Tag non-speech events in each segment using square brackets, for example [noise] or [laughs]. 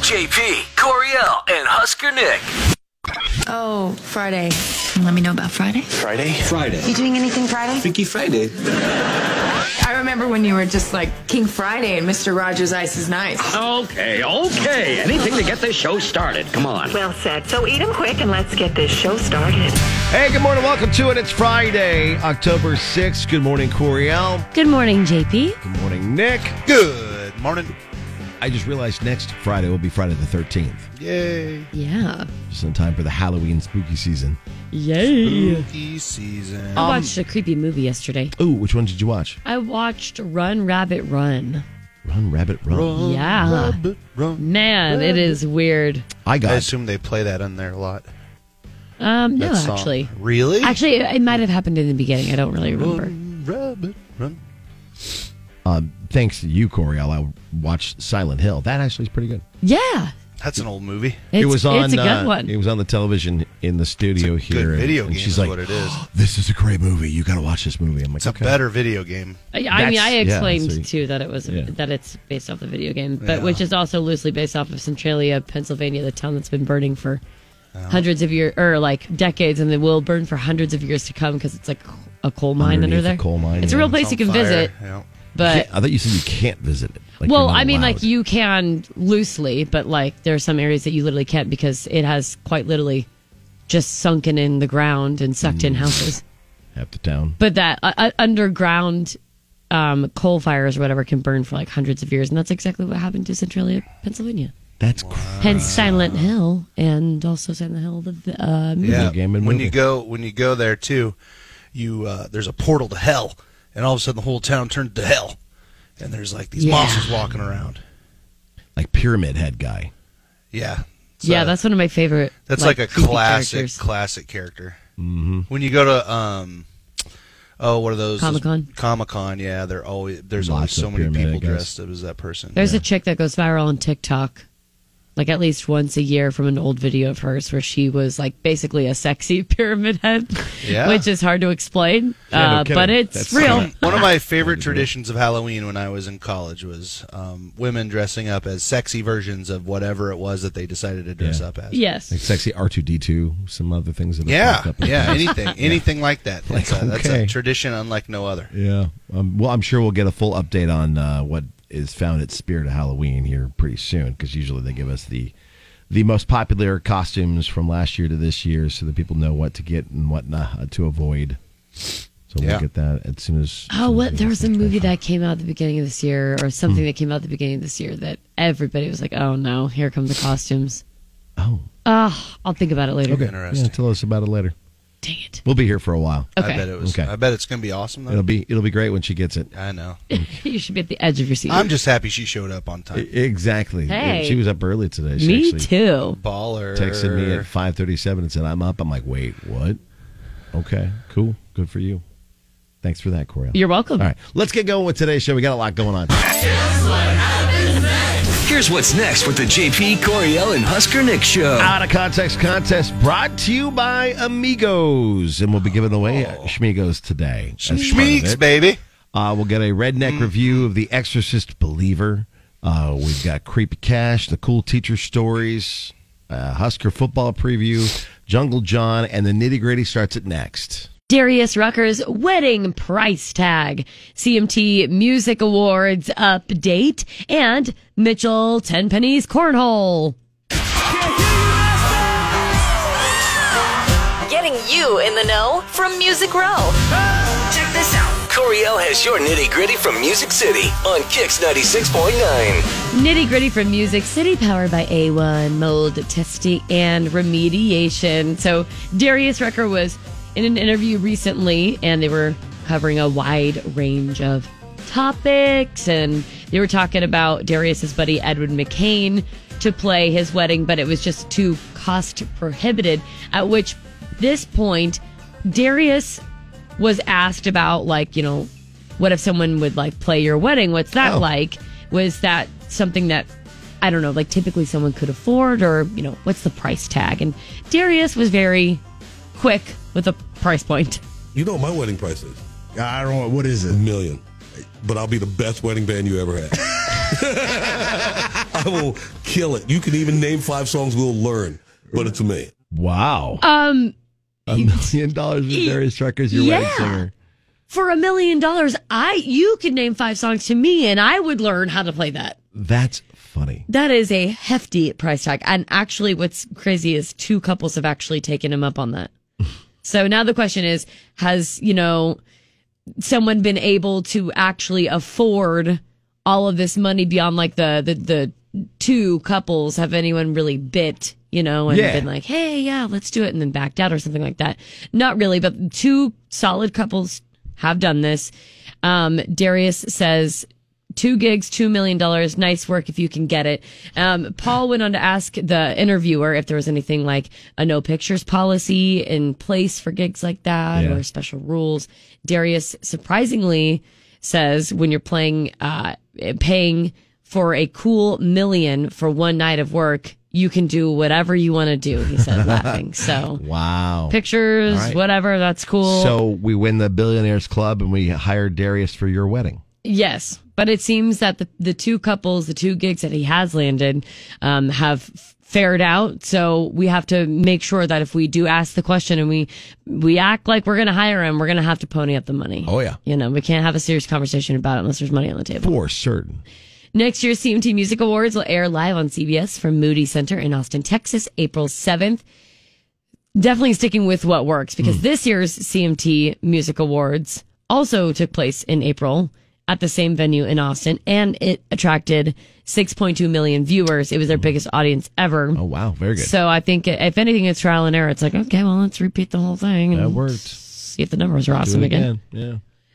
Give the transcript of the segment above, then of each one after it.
JP, Coriel, and Husker Nick. Oh, Friday. Let me know about Friday. Friday? You doing anything Friday? Freaky Friday. I remember when you were just like King Friday and Mr. Rogers' Ice is Nice. Okay, okay. Anything to get this show started. Come on. Well said. So eat them quick and let's get this show started. Hey, good morning. Welcome to it. It's Friday, October 6th. Good morning, Coriel. Good morning, JP. Good morning, Nick. Good morning. I just realized next Friday will be Friday the 13th, Yay. Yeah. just in time for the Halloween spooky season. Yay. Spooky season. I watched a creepy movie yesterday. Ooh, which one did you watch? I watched Run Rabbit Run. Run, Rabbit, Run. Yeah. Rabbit, run. Man, it is weird. I I got assume they play that on there a lot. Um, That no, song. actually. Really? Actually, it it might have happened in the beginning. I don't really remember. Run, rabbit, run. um, thanks to you, Coriel. I watched Silent Hill. That actually is pretty good. Yeah. That's an old movie. It's, it was on. it's a good uh, one. It was on the television in the studio It's a good here. and- video and game She's is like, what it is. [gasps] "This is a great movie. You got to watch this movie." I'm like, It's a "Okay." better video game. I, I mean, That's- I yeah, explained so you- too that it was yeah. that it's based off the video game, but which is also loosely based off of Centralia, Pennsylvania, the town that's been burning for Uh-huh. hundreds of years or like decades, and it will burn for hundreds of years to come because it's like a coal mine Underneath under a there. coal mine, It's yeah. a real It's place you It's can on fire. visit, Yeah. but I thought you said you can't visit it. Like, well, you're not I mean, allowed. like you can loosely, but like there are some areas that you literally can't because it has quite literally just sunken in the ground and sucked Mm. in houses. half the town. But that uh, uh, underground um, coal fires or whatever can burn for like hundreds of years, and that's exactly what happened to Centralia, Pennsylvania. That's Hence Silent Hill, and also Silent Hill the uh, movie. Yeah. game and when movie. you go when you go there too, you uh, there's a portal to hell, and all of a sudden the whole town turns to hell, and there's like these Yeah. monsters walking around. like pyramid head guy. Yeah. It's, Yeah, uh, that's one of my favorite. That's like, a creepy classic, characters. classic character. Mm-hmm. When you go to, um, oh, what are those? Comic-Con? Comic Con. Yeah, they're always there's always Lots so of many pyramid people guys. dressed up as that person. There's a chick that goes viral on TikTok, like at least once a year from an old video of hers where she was like basically a sexy [laughs] pyramid head, Yeah. which is hard to explain, Yeah, no uh, kidding. but it's That's- real. One of [laughs] my favorite traditions of Halloween when I was in college was um, women dressing up as sexy versions of whatever it was that they decided to dress Yeah. up as. yes. Like sexy R two D two, some other things that have Yeah, popped up. yeah, [laughs] anything, anything like that. Like, That's, a, that's a okay. tradition unlike no other. yeah. Um, well, I'm sure we'll get a full update on uh, what is found at Spirit of Halloween here pretty soon, because usually they give us the the most popular costumes from last year to this year, so that people know what to get and what not uh, to avoid. So Yeah. we'll get that as soon as. as Oh, soon what? as There we was get a some movie information. that came out at the beginning of this year, or Hmm. something that came out at the beginning of this year that everybody was like, "Oh no, here come the costumes." Oh, Ah, I'll think about it later. okay. Interesting. Yeah, tell us about it later. Dang it. [laughs] We'll be here for a while. I bet it Okay, was. Okay. I bet it's gonna be awesome though. It'll be it'll be great when she gets it. [laughs] I know. you should be at the edge of your seat. I'm just happy she showed up on time. Exactly. Hey. She was up early today. She Me actually too. Baller. texted me at 5:37 and said I'm up. I'm like, "Wait, what?" Okay, cool. Good for you. Thanks for that, Coriel. You're welcome. All right, let's get going with today's show. We got a lot going on. Here's what's next with the JP, Coriel, and Husker Nick show. Out of context contest brought to you by Amigos, and we'll be giving away Oh. uh, Schmigos today. as part of Schmeeks, it. baby. Uh, we'll get a redneck review of The Exorcist Believer. Uh, we've got Creepy Cash, the cool teacher stories, uh, Husker football preview, Jungle John, and the nitty gritty starts at next. Darius Rucker's wedding price tag, CMT Music Awards update, and Mitchell Tenpenny's cornhole. Getting you in the know from Music Row. Check this out. Coriel has your nitty gritty from Music City on Kix 96.9. Nitty gritty from Music City, powered by A1, mold testing and remediation. So, Darius Rucker was in an interview recently, and they were covering a wide range of topics. And they were talking about Darius's buddy Edward McCain to play his wedding, but it was just too cost prohibited. At which this point, Darius was asked about, like, you know, what if someone would like play your wedding? What's that Oh. like? Was that something that I don't know, like typically someone could afford, or you know, what's the price tag? And Darius was very quick with a price point. You know what my wedding price is? I don't know. What [laughs] is it? A million. But I'll be the best wedding band you ever had. I will kill it. You can even name five songs we'll learn, but it's me. Wow. Um, a million dollars [laughs] with Darius Rucker as your wedding Yeah. singer. for a million dollars, I you could name five songs to me, and I would learn how to play that. That's funny. That is a hefty price tag. And actually, what's crazy is two couples have actually taken him up on that. so now the question is has, you know, someone been able to actually afford all of this money beyond like the, the, the two couples? Have anyone really bit, you know, and Yeah. been like, hey, yeah, let's do it and then backed out or something like that? Not really, but two solid couples have done this. Um, Darius says two gigs, two million dollars. Nice work if you can get it. Um, Paul went on to ask the interviewer if there was anything like a no pictures policy in place for gigs like that Yeah. or special rules. Darius surprisingly says when you're playing, uh, paying for a cool million for one night of work, you can do whatever you want to do. He [laughs] said, laughing. So Wow. pictures, All right. whatever. That's cool. So we win the Billionaires Club and we hire Darius for your wedding. Yes, but it seems that the, the two couples, the two gigs that he has landed, um, have fared out. So we have to make sure that if we do ask the question and we we act like we're going to hire him, we're going to have to pony up the money. Oh, yeah. you know we can't have a serious conversation about it unless there's money on the table. For certain. Next year's CMT Music Awards will air live on CBS from Moody Center in Austin, Texas, April 7th. Definitely sticking with what works because Hmm. this year's CMT Music Awards also took place in April at the same venue in Austin and it attracted 6.2 million viewers. It was their biggest audience ever. Hmm. Oh, wow. Very good. So I think if anything, it's trial and error. It's like, okay, well, let's repeat the whole thing that and worked. see if the numbers are awesome Do it again. Yeah.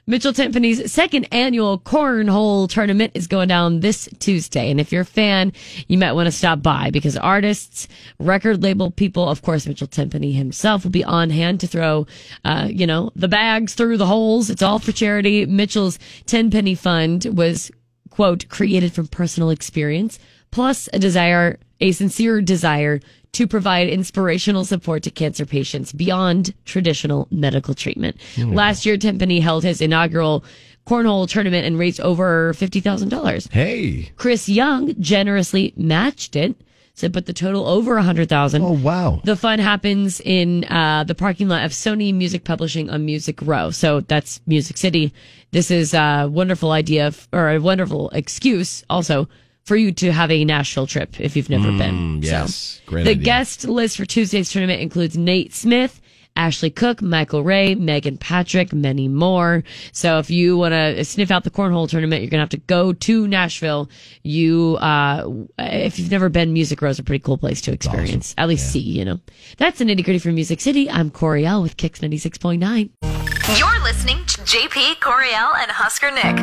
Mitchell Timpany's second annual cornhole tournament is going down this Tuesday. And if you're a fan, you might want to stop by because artists, record label people, of course, Mitchell Timpany himself will be on hand to throw, uh, you know, the bags through the holes. It's all for charity. Mitchell's 10 penny fund was, quote, created from personal experience plus a desire, a sincere desire to provide inspirational support to cancer patients beyond traditional medical treatment. Last year, Timpani held his inaugural cornhole tournament and raised over $50,000. Hey. Chris Young generously matched it, so put the total over 100000 Oh, wow. the fun happens in uh, the parking lot of Sony Music Publishing on Music Row. So that's Music City. This is a wonderful idea f- or a wonderful excuse also for you to have a Nashville trip if you've never been. yes. So Great the idea. guest list for Tuesday's tournament includes Nate Smith. Ashley Cook, Michael Ray, Megan Patrick, many more. So if you want to sniff out the cornhole tournament, you're gonna have to go to Nashville. You, uh, if you've never been, Music Row is a pretty cool place to experience. At least see, you know. That's the nitty gritty for Music City. I'm Coriel with Kicks ninety six point nine. You're listening to JP Coriel and Husker Nick.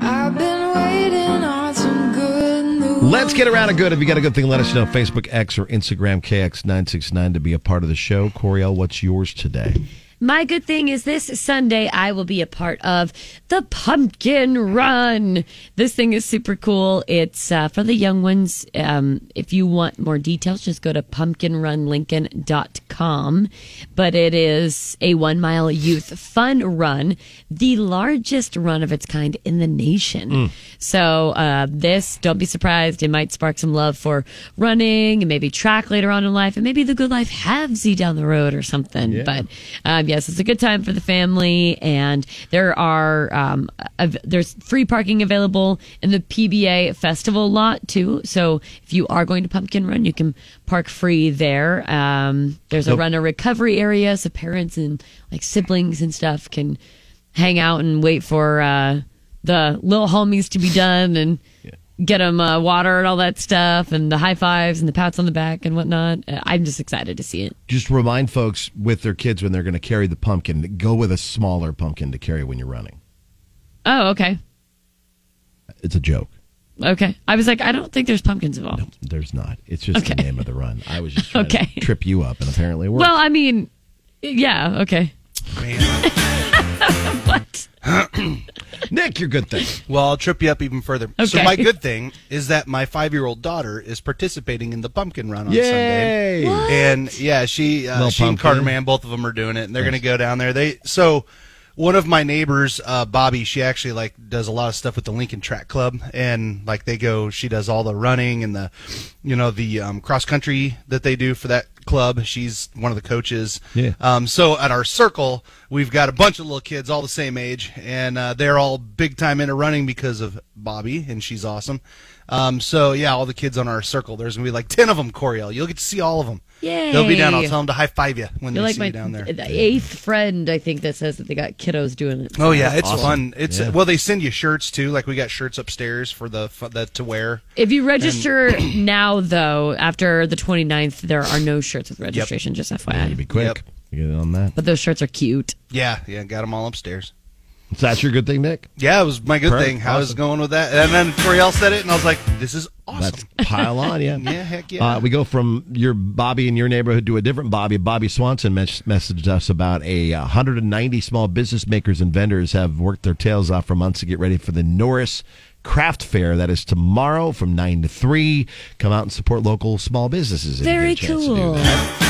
I've been waiting on some good news. Let's get around a good. If you got a good thing, let us know. Facebook X or Instagram KX969 to be a part of the show. Coriel, what's yours today? My good thing is this Sunday I will be a part of the Pumpkin Run. This thing is super cool. It's uh, for the young ones. Um, if you want more details, just go to pumpkinrunlincoln.com. But it is a one mile youth fun run, the largest run of its kind in the nation. So uh, this, don't be surprised, it might spark some love for running and maybe track later on in life and maybe the good life havesy down the road or something. But um, yes, it's a good time for the family, and there are um, av- there's free parking available in the PBA festival lot too. So if you are going to Pumpkin Run, you can park free there. Um, there's a Nope. runner recovery area, so parents and like siblings and stuff can hang out and wait for uh, the little homies to be done and. Get them uh, water and all that stuff, and the high fives and the pats on the back and whatnot. Uh, I'm just excited to see it. Just remind folks with their kids when they're going to carry the pumpkin, to go with a smaller pumpkin to carry when you're running. Oh, okay. It's a joke. Okay. I was like, I don't think there's pumpkins involved. There's not. It's just the Okay. name of the run. I was just trying to Okay. trip you up, and apparently it worked. Well, I mean, yeah, okay. what? Nick, your good thing. Well, I'll trip you up even further. So Okay. my good thing is that my five-year-old daughter is participating in the pumpkin run [laughs] on Sunday. Yay! And yeah, she uh, Little she and pumpkin. Carter Man, both of them are doing it, and they're going to go down there. They so one of my neighbors, uh, Bobby, she actually like does a lot of stuff with the Lincoln Track Club, and like they go, she does all the running and the, you know, the um, cross country that they do for that club. She's one of the coaches. Yeah. Um, so at our circle, we've got a bunch of little kids, all the same age, and uh, they're all big time into running because of Bobby, and she's awesome. Um, so yeah, all the kids on our circle, there's gonna be like ten of them. Coriel, you'll get to see all of them. They'll be down. I'll Yay. tell them to high five you when You're they like see my you down there. the eighth friend, I think, that says that they got kiddos doing it. Oh yeah, it's fun. It's well, they send you shirts too. Like we got shirts upstairs for the for the to wear. If you register [clears throat] now, though, after the 29th, there are no shirts with registration, just You'd be FYI. quick. Yep. You get in on that. But those shirts are cute. Yeah, yeah, got them all upstairs. So that's your good thing, Nick. Yeah, it was my good Perfect. thing. How I was Awesome. going with that, and then Coriel said it, and I was like, "This is Let's awesome." pile on, yeah. [laughs] Yeah, heck yeah. Uh, we go from your Bobby in your neighborhood to a different Bobby. Bobby Swanson mes- messaged us about a uh, 190 small business makers and vendors have worked their tails off for months to get ready for the Norris Craft Fair. That is tomorrow from 9 to 3. Come out and support local small businesses. if you get a Very chance to do cool. that.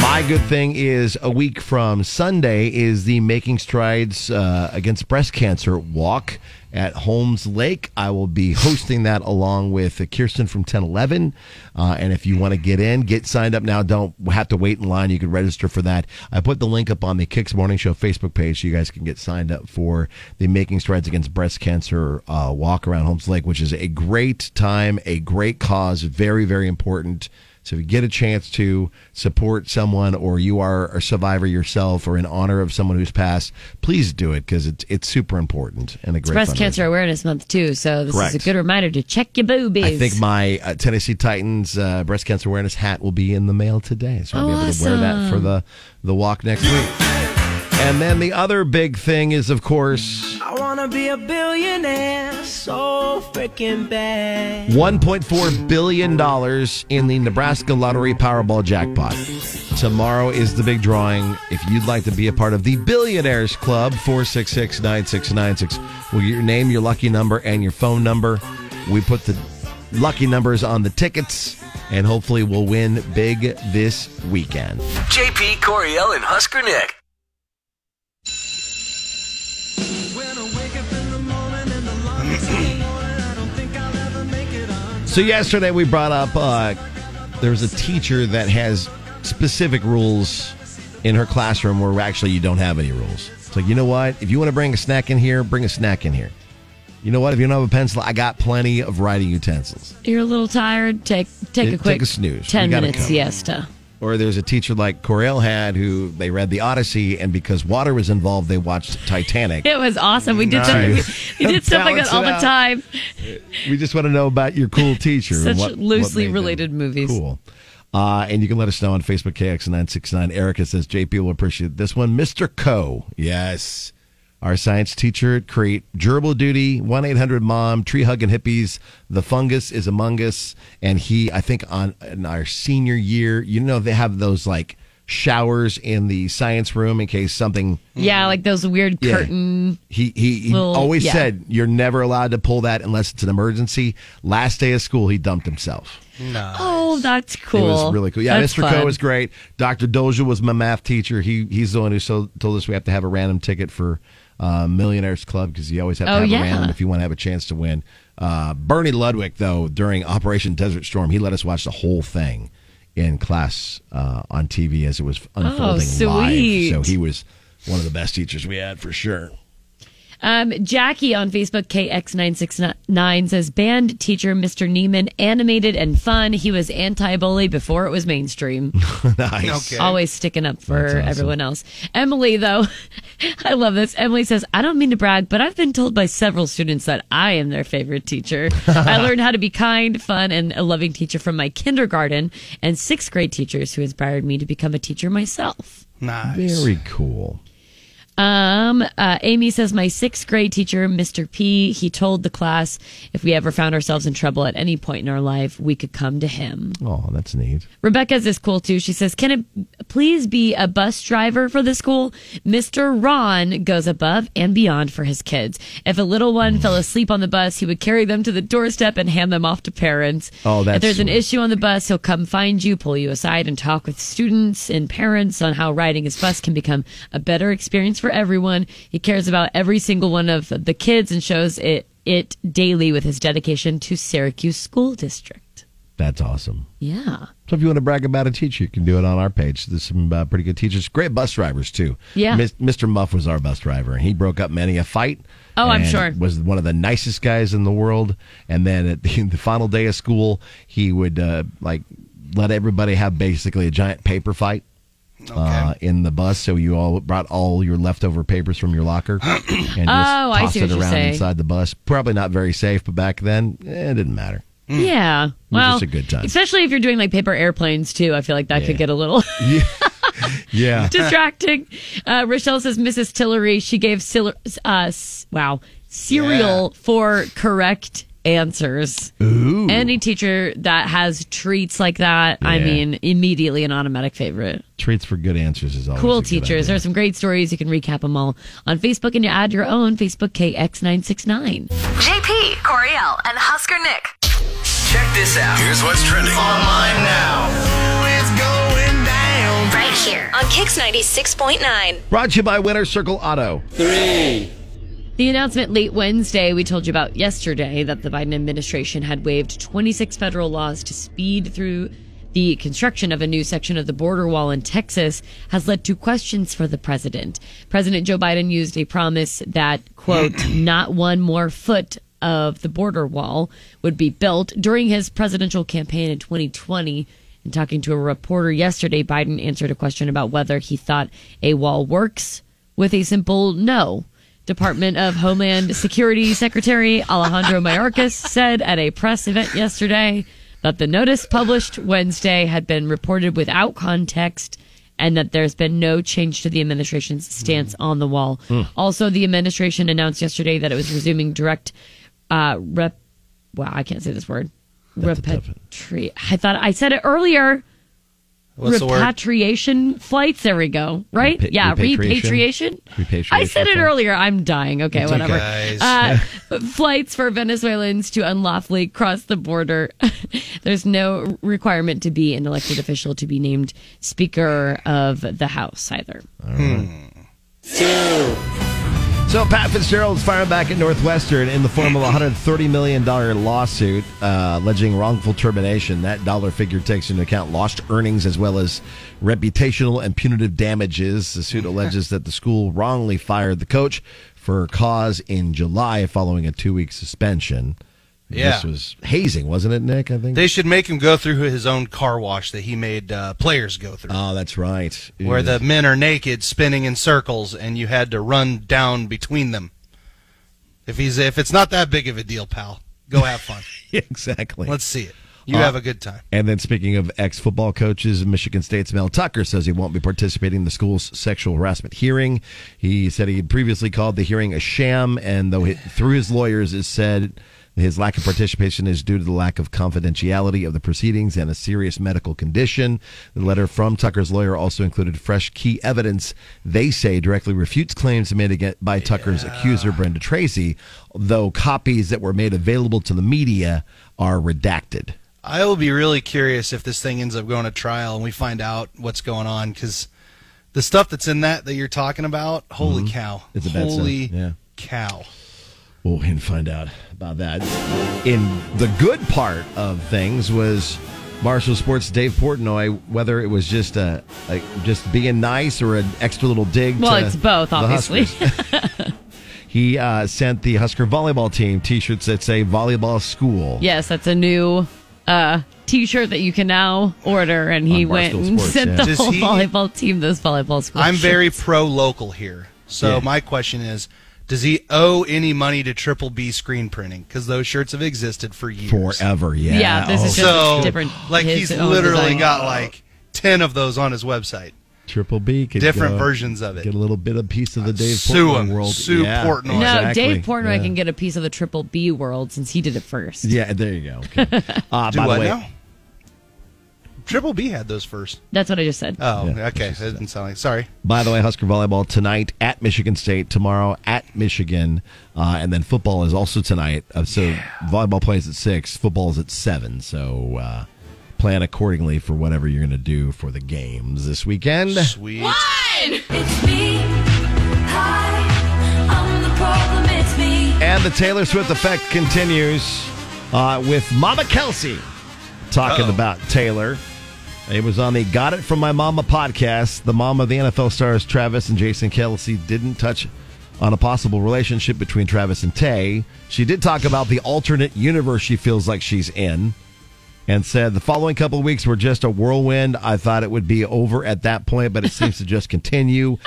My good thing is a week from Sunday is the Making Strides uh, Against Breast Cancer walk at Holmes Lake. I will be [laughs] hosting that along with Kirsten from 1011. Uh, and if you want to get in, get signed up now. Don't have to wait in line. You can register for that. I put the link up on the Kicks Morning Show Facebook page so you guys can get signed up for the Making Strides Against Breast Cancer uh, walk around Holmes Lake, which is a great time, a great cause, very, very important. So if you get a chance to support someone or you are a survivor yourself or in honor of someone who's passed, please do it because it's, it's super important and a It's great Breast fundraiser. Cancer Awareness Month, too, so this Correct. is a good reminder to check your boobies. I think my uh, Tennessee Titans uh, breast cancer awareness hat will be in the mail today, so I'll be able to wear that for the the walk next week. And then the other big thing is, of course, I wanna be a billionaire so freaking bad. $1.4 billion in the Nebraska Lottery Powerball jackpot. Tomorrow is the big drawing. If you'd like to be a part of the Billionaires Club, 466 9696. Well, your name, your lucky number, and your phone number. We put the lucky numbers on the tickets, and hopefully we'll win big this weekend. JP Coriel and Husker Nick. So yesterday we brought up uh, there's a teacher that has specific rules in her classroom where actually you don't have any rules. It's like you know what? If you want to bring a snack in here, bring a snack in here. You know what? If you don't have a pencil, I got plenty of writing utensils. You're a little tired. Take take Take- a quick take a snooze. ten You gotta minute come. siesta. Or there's a teacher like Corell had who they read the Odyssey, and because water was involved, they watched Titanic. It was awesome. We did [laughs] Nice. we, we [laughs] did stuff like that Balance all it the out. Mm. time. We just want to know about your [laughs] cool teacher. and Such what- what loosely made related them movies. Cool. Uh, and you can let us know on Facebook KX969. Erica says JP will appreciate this one. Mr. Co. Yes. Our science teacher at Crete. Gerbil duty, 1 800 mom, tree hugging hippies. The fungus is among us. And he, I think, on in our senior year, you know, they have those like showers in the science room in case something Yeah, like those weird Yeah. curtain. he he, he Little- always yeah. said you're never allowed to pull that unless it's an emergency. Last day of school, he dumped himself. Oh, that's cool. It was really cool. Yeah, That's Mr. fun. Coe was great. Dr. Doja was my math teacher. He he's the one who so, told us we have to have a random ticket for uh, Millionaires Club because you always have to Oh, have yeah. a random if you want to have a chance to win. Uh, Bernie Ludwig though during Operation Desert Storm, he let us watch the whole thing in class uh, on TV as it was unfolding Oh, sweet. live. So he was one of the best teachers we had for sure. Um, Jackie on Facebook, KX969 says, band teacher Mr. Neiman, animated and fun. He was anti bully before it was mainstream. nice. Okay. Always sticking up for That's awesome. everyone else. Emily, though, [laughs] I love this. Emily says, I don't mean to brag, but I've been told by several students that I am their [laughs] favorite teacher. I learned how to be kind, fun, and a loving teacher from my kindergarten and sixth grade teachers who inspired me to become a teacher myself. Nice. Very cool. Um, uh, Amy says, my sixth grade teacher, Mr. P, he told the class if we ever found ourselves in trouble at any point in our life, we could come to him. Oh, that's neat. Rebecca's is cool too. She says, can it please be a bus driver for the school? Mr. Ron goes above and beyond for his kids. If a little one fell asleep on the bus, he would carry them to the doorstep and hand them off to parents. Oh, that's If there's an sweet. issue on the bus, he'll come find you, pull you aside, and talk with students and parents on how riding his bus can become a better experience for for everyone. He cares about every single one of the kids and shows it it daily with his dedication to Syracuse School District. That's awesome. Yeah. So if you want to brag about a teacher, you can do it on our page. There's some uh, pretty good teachers, great bus drivers too. Yeah. Mis- Mr. Muff was our bus driver, and he broke up many a fight. Oh, I'm and sure. Was one of the nicest guys in the world. And then at the, [laughs] the final day of school, he would uh, like let everybody have basically a giant paper fight. Uh, in the bus, so you all brought all your leftover papers from your locker and just Oh, I tossed see it what you're around saying. inside the bus. Probably not very safe, but back then eh, it didn't matter. Yeah. Well, just a good time. Especially if you're doing like paper airplanes too. I feel like that Yeah. could get [laughs] a little Yeah, distracting. Uh, Rochelle says Mrs. Tillery, she gave sil- uh, s- wow, cereal for correct answers. Ooh. Any teacher that has treats like that, I Yeah. mean, immediately an automatic favorite. treats for good answers is always Cool a good teachers. idea. There are some great stories. You can recap them all on Facebook and you add your own Facebook KX969. JP, Coriel, and Husker Nick. Check this out. Here's what's trending. Online now. It's going down. Right here on Kix 96.9. Brought to you by Winter Circle Auto. The announcement late Wednesday we told you about yesterday that the Biden administration had waived 26 federal laws to speed through the construction of a new section of the border wall in Texas has led to questions for the president. President Joe Biden used a promise that, quote, not one more foot of the border wall would be built during his presidential campaign in 2020. And talking to a reporter yesterday, Biden answered a question about whether he thought a wall works with a simple no. Department of Homeland Security Secretary Alejandro Mayorkas said at a press event yesterday that the notice published Wednesday had been reported without context and that there's been no change to the administration's stance on the wall. Hmm. Also, the administration announced yesterday that it was resuming direct uh, rep. Wow, I can't say this word. a tough one. Repatri. I thought I said it earlier What's the word? repatriation flights. There we go. Right? Repa- yeah, repatriation? repatriation. Repatriation, I said it okay. earlier. I'm dying. Okay, It's whatever. okay, Uh, flights for Venezuelans to unlawfully cross the border. [laughs] There's no requirement to be an elected official to be named Speaker of the House either. So Pat Fitzgerald's firing back at Northwestern in the form of a $130 million lawsuit uh, alleging wrongful termination. That dollar figure takes into account lost earnings as well as reputational and punitive damages. The suit alleges that the school wrongly fired the coach for cause in July following a two-week suspension. Yeah. This was hazing, wasn't it, Nick? I think. They should make him go through his own car wash that he made uh, players go through. oh, that's right. where Yeah. the men are naked spinning in circles and you had to run down between them. If he's if it's not that big of a deal, pal, go have [laughs] fun. [laughs] exactly. Let's see it. You Uh, have a good time. And then, speaking of ex football coaches, Michigan State's Mel Tucker says he won't be participating in the school's sexual harassment hearing. He said he had previously called the hearing a sham, and though he, through his lawyers, it said his lack of participation is due to the lack of confidentiality of the proceedings and a serious medical condition. The letter from Tucker's lawyer also included fresh key evidence they say directly refutes claims made against, by Tucker's accuser, Brenda Tracy, though copies that were made available to the media are redacted. I will be really curious if this thing ends up going to trial and we find out what's going on because the stuff that's in that that you're talking about, holy cow! It's a bad stuff, holy yeah. cow. Well, we can find out about that. In the good part of things was Marshall Sports' Dave Portnoy, whether it was just a, like just being nice or an extra little dig. Well, to it's both, the obviously. Huskers. [laughs] he uh, sent the Husker volleyball team T-shirts that say "Volleyball School." Yes, that's a new uh, T-shirt that you can now order. And he On Barstool went and Sports, sent yeah. the [laughs] Does whole he- volleyball team those volleyball school. I'm very shirts. pro local here, so Yeah. my question is. Does he owe any money to Triple B screen printing? Because those shirts have existed for years. forever. Yeah, Yeah, this is Oh, just so different- like his he's own literally design. got like 10 of those on his website triple B. Could different go- versions of it. Uh, Get a little bit of piece of the Dave Sue Portnoy him. world. Sue Yeah, Portnoy. No, No, exactly. Oh, Dave Portnoy Yeah. can get a piece of the Triple B world since he did it first. Yeah, there you go. [laughs] Okay. Uh, do by what the way, now triple b had those first That's what I just said. oh Yeah, okay that didn't sound like sorry By the way, Husker volleyball tonight at Michigan State, tomorrow at Michigan, uh, and then football is also tonight. Uh, so volleyball plays at six, football is at seven. So uh, plan accordingly for whatever you're going to do for the games this weekend. sweet It's me, the Taylor Swift effect continues uh, with Mama Kelsey talking about Taylor. It was on the Got It From My Mama podcast. The mom of the NFL stars Travis and Jason Kelsey didn't touch on a possible relationship between Travis and Tay. She did talk about the alternate universe she feels like she's in and said the following couple of weeks were just a whirlwind. I thought it would be over at that point, but it seems to just continue.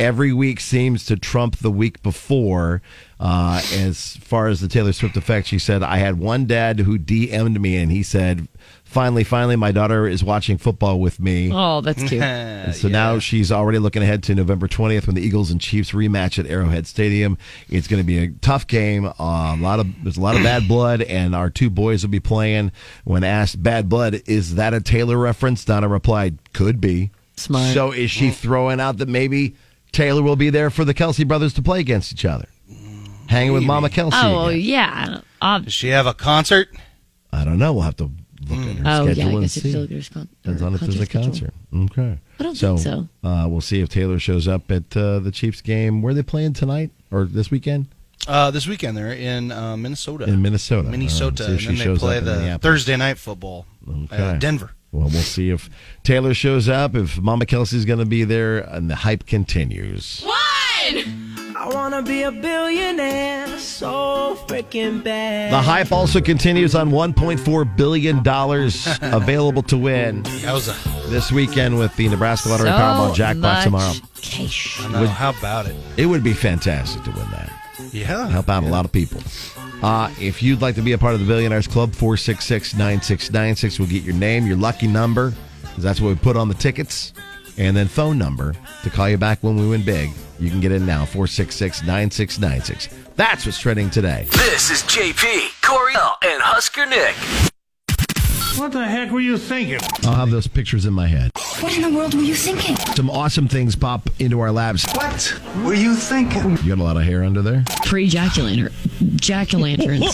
Every week seems to trump the week before. Uh, as far as the Taylor Swift effect, she said, I had one dad who DM'd me and he said, Finally, finally, my daughter is watching football with me. Oh, that's [laughs] cute. And so now she's already looking ahead to November 20th when the Eagles and Chiefs rematch at Arrowhead Stadium. It's going to be a tough game. Uh, a lot of there's a lot of [clears throat] bad blood, and our two boys will be playing. When asked, "Bad blood," is that a Taylor reference? Donna replied, "Could be." Smart. So is she throwing out that maybe Taylor will be there for the Kelsey brothers to play against each other, hanging with Mama Kelsey? oh, well, again? yeah. Ob- Does she have a concert? I don't know. We'll have to look at her oh, yeah. schedule I and guess it's see. still there's con- Depends or on if there's a schedule. concert. Okay. I don't so, think so. Uh, we'll see if Taylor shows up at uh, the Chiefs game. Where are they playing tonight or this weekend Uh, this weekend they're in uh, Minnesota. in Minnesota? Minnesota, Uh, see if and then she they shows play up in the Minneapolis. Thursday night football. Uh, Okay. Denver. Well, we'll see if Taylor shows up, if Mama Kelsey's going to be there, and the hype continues. I wanna be a billionaire so freaking bad. The hype also continues on [laughs] $1.4 billion available to win That was a. this weekend with the Nebraska Lottery So Powerball Jackpot much tomorrow. Cash. No, how about it? It would be fantastic to win that. Yeah. help out a lot of people. Uh, if you'd like to be a part of the Billionaires Club, 466 9696 will get your name, your lucky number, because that's what we put on the tickets, and then phone number to call you back when we win big. You can get in now, 466 9696. That's what's trending today. This is JP, Coriel, and Husker Nick. What the heck were you thinking? I'll have those pictures in my head. What in the world were you thinking? Some awesome things pop into our laps. What were you thinking? You got a lot of hair under there? Free jack o' lantern. Jack o' [laughs] lanterns.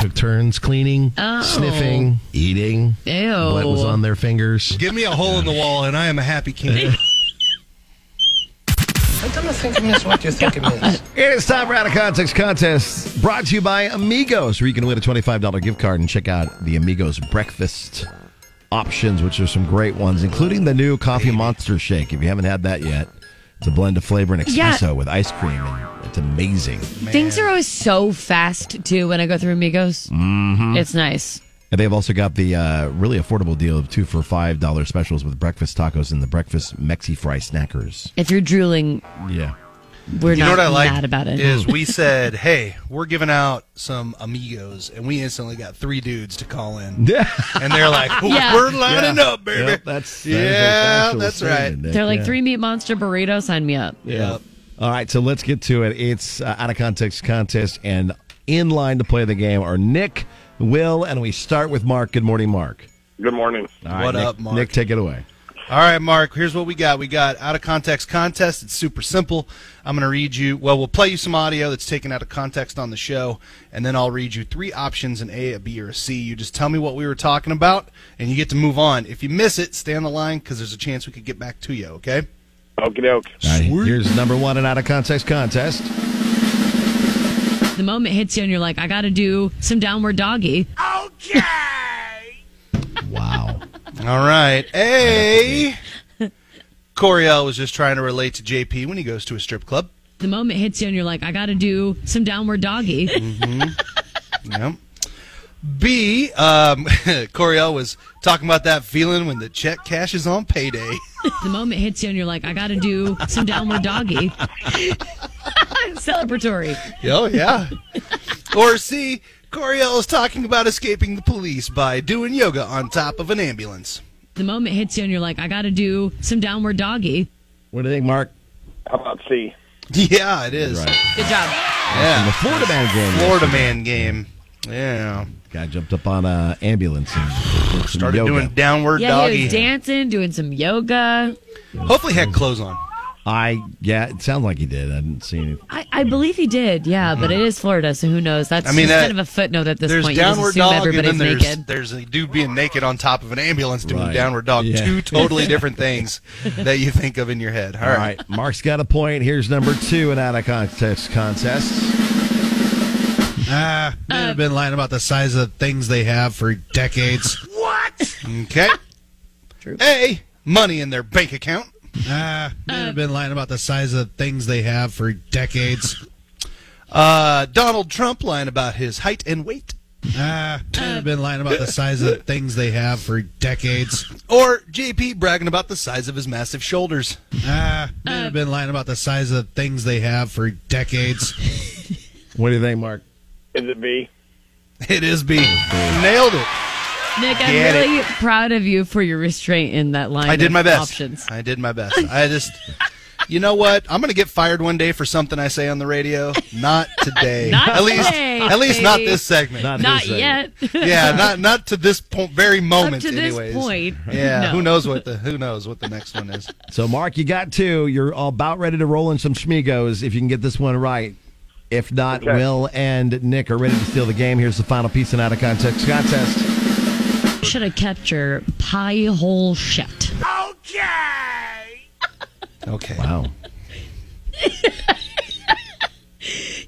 Took turns cleaning, Oh. sniffing, eating. Ew. What was on their fingers? Give me a hole in the wall, and I am a happy king. I don't think it is what you think it is. It is time for Out of Context Contest, brought to you by Amigos, where you can win a $25 gift card and check out the Amigos breakfast options, which are some great ones, including the new Coffee Monster Shake. If you haven't had that yet, it's a blend of flavor and espresso Yeah. with ice cream, and it's amazing. Things are always so fast, too, when I go through Amigos. Mm-hmm. It's nice. And they've also got the uh, really affordable deal of two for $5 specials with breakfast tacos and the breakfast Mexi Fry Snackers. If you're drooling, Yeah. we're You know not what I like mad about it. is we said, "Hey, we're giving out some amigos," and we instantly got three dudes to call in, Yeah. and they're like, [laughs] Yeah. "We're lining up, baby." [laughs] Yep, that's, that is a yeah, factual that's right. statement, Nick. They're like Yeah. three meat monster burrito. Sign me up. Yeah. All right, so let's get to it. It's uh, out of context contest, and in line to play the game are Nick, Will, and we start with Mark. Good morning, Mark. Good morning. All right, What Nick- up, Mark? Nick, take it away. All right, Mark, here's what we got. We got out of context contest. It's super simple. I'm going to read you, well, we'll play you some audio that's taken out of context on the show, and then I'll read you three options an A, a B, or a C. You just tell me what we were talking about, and you get to move on. If you miss it, stay on the line because there's a chance we could get back to you, okay? Okie doke. All right, here's number one in out of context contest. The moment hits you and you're like, I got to do some downward doggy. Wow. All right. A. [laughs] Coriel was just trying to relate to JP when he goes to a strip club. The moment hits you and you're like, I got to do some downward doggy. Yeah. B. Um, [laughs] Coriel was talking about that feeling when the check cashes on payday. the moment hits you and you're like, I got to do some downward doggy. [laughs] Celebratory. [laughs] Oh yeah. [laughs] or C. Coriel is talking about escaping the police by doing yoga on top of an ambulance. [laughs] The moment hits you and you're like, I got to do some downward doggy. What do you think, Mark? How about C? Yeah, it is. Good job. The Yeah. Florida man game. Florida man game. Yeah. Guy jumped up on an ambulance and did some Started yoga. doing downward Yeah, he doggy. was dancing, doing some yoga. Hopefully had clothes on. I yeah, it sounds like he did. I didn't see anything. I, I believe he did, yeah, but it is Florida, so who knows? That's I mean, just that- kind of a footnote at this there's point. You just downward assume dog, and everybody's then there's naked. there's a dude being naked on top of an ambulance doing Right. downward dog. Yeah. Two totally different things that you think of in your head. All All right. right, Mark's got a point. Here's number two in out of context contest. Ah, men have been lying about the size of things they have for decades. What? Okay. A money in their bank account. Ah, men have been lying about the size of things they have for decades. Uh, Donald Trump lying about his height and weight. Ah, men have been lying about the size of things they have for decades. Or JP bragging about the size of his massive shoulders. Ah, men have been lying about the size of things they have for decades. What do you think, Mark? Is it B? It is B. Nailed it. Nick, I'm Get it. really proud of you for your restraint in that line. I did of my best. Options. [laughs] I did my best. I just, you know what? I'm gonna get fired one day for something I say on the radio. Not [laughs] today. Not at least, today, at least not baby. this segment. Not Not uh, this segment. yet. [laughs] yeah, not not to this point. Very moment. to this anyways. point, Yeah. no. Who knows what the who knows what the next one is? So, Mark, you got two. You're about ready to roll in some schmigos if you can get this one right. If not, Okay. Will and Nick are ready to steal the game. Here's the final piece in out of context contest. Should have kept your pie hole shut. Okay. Wow.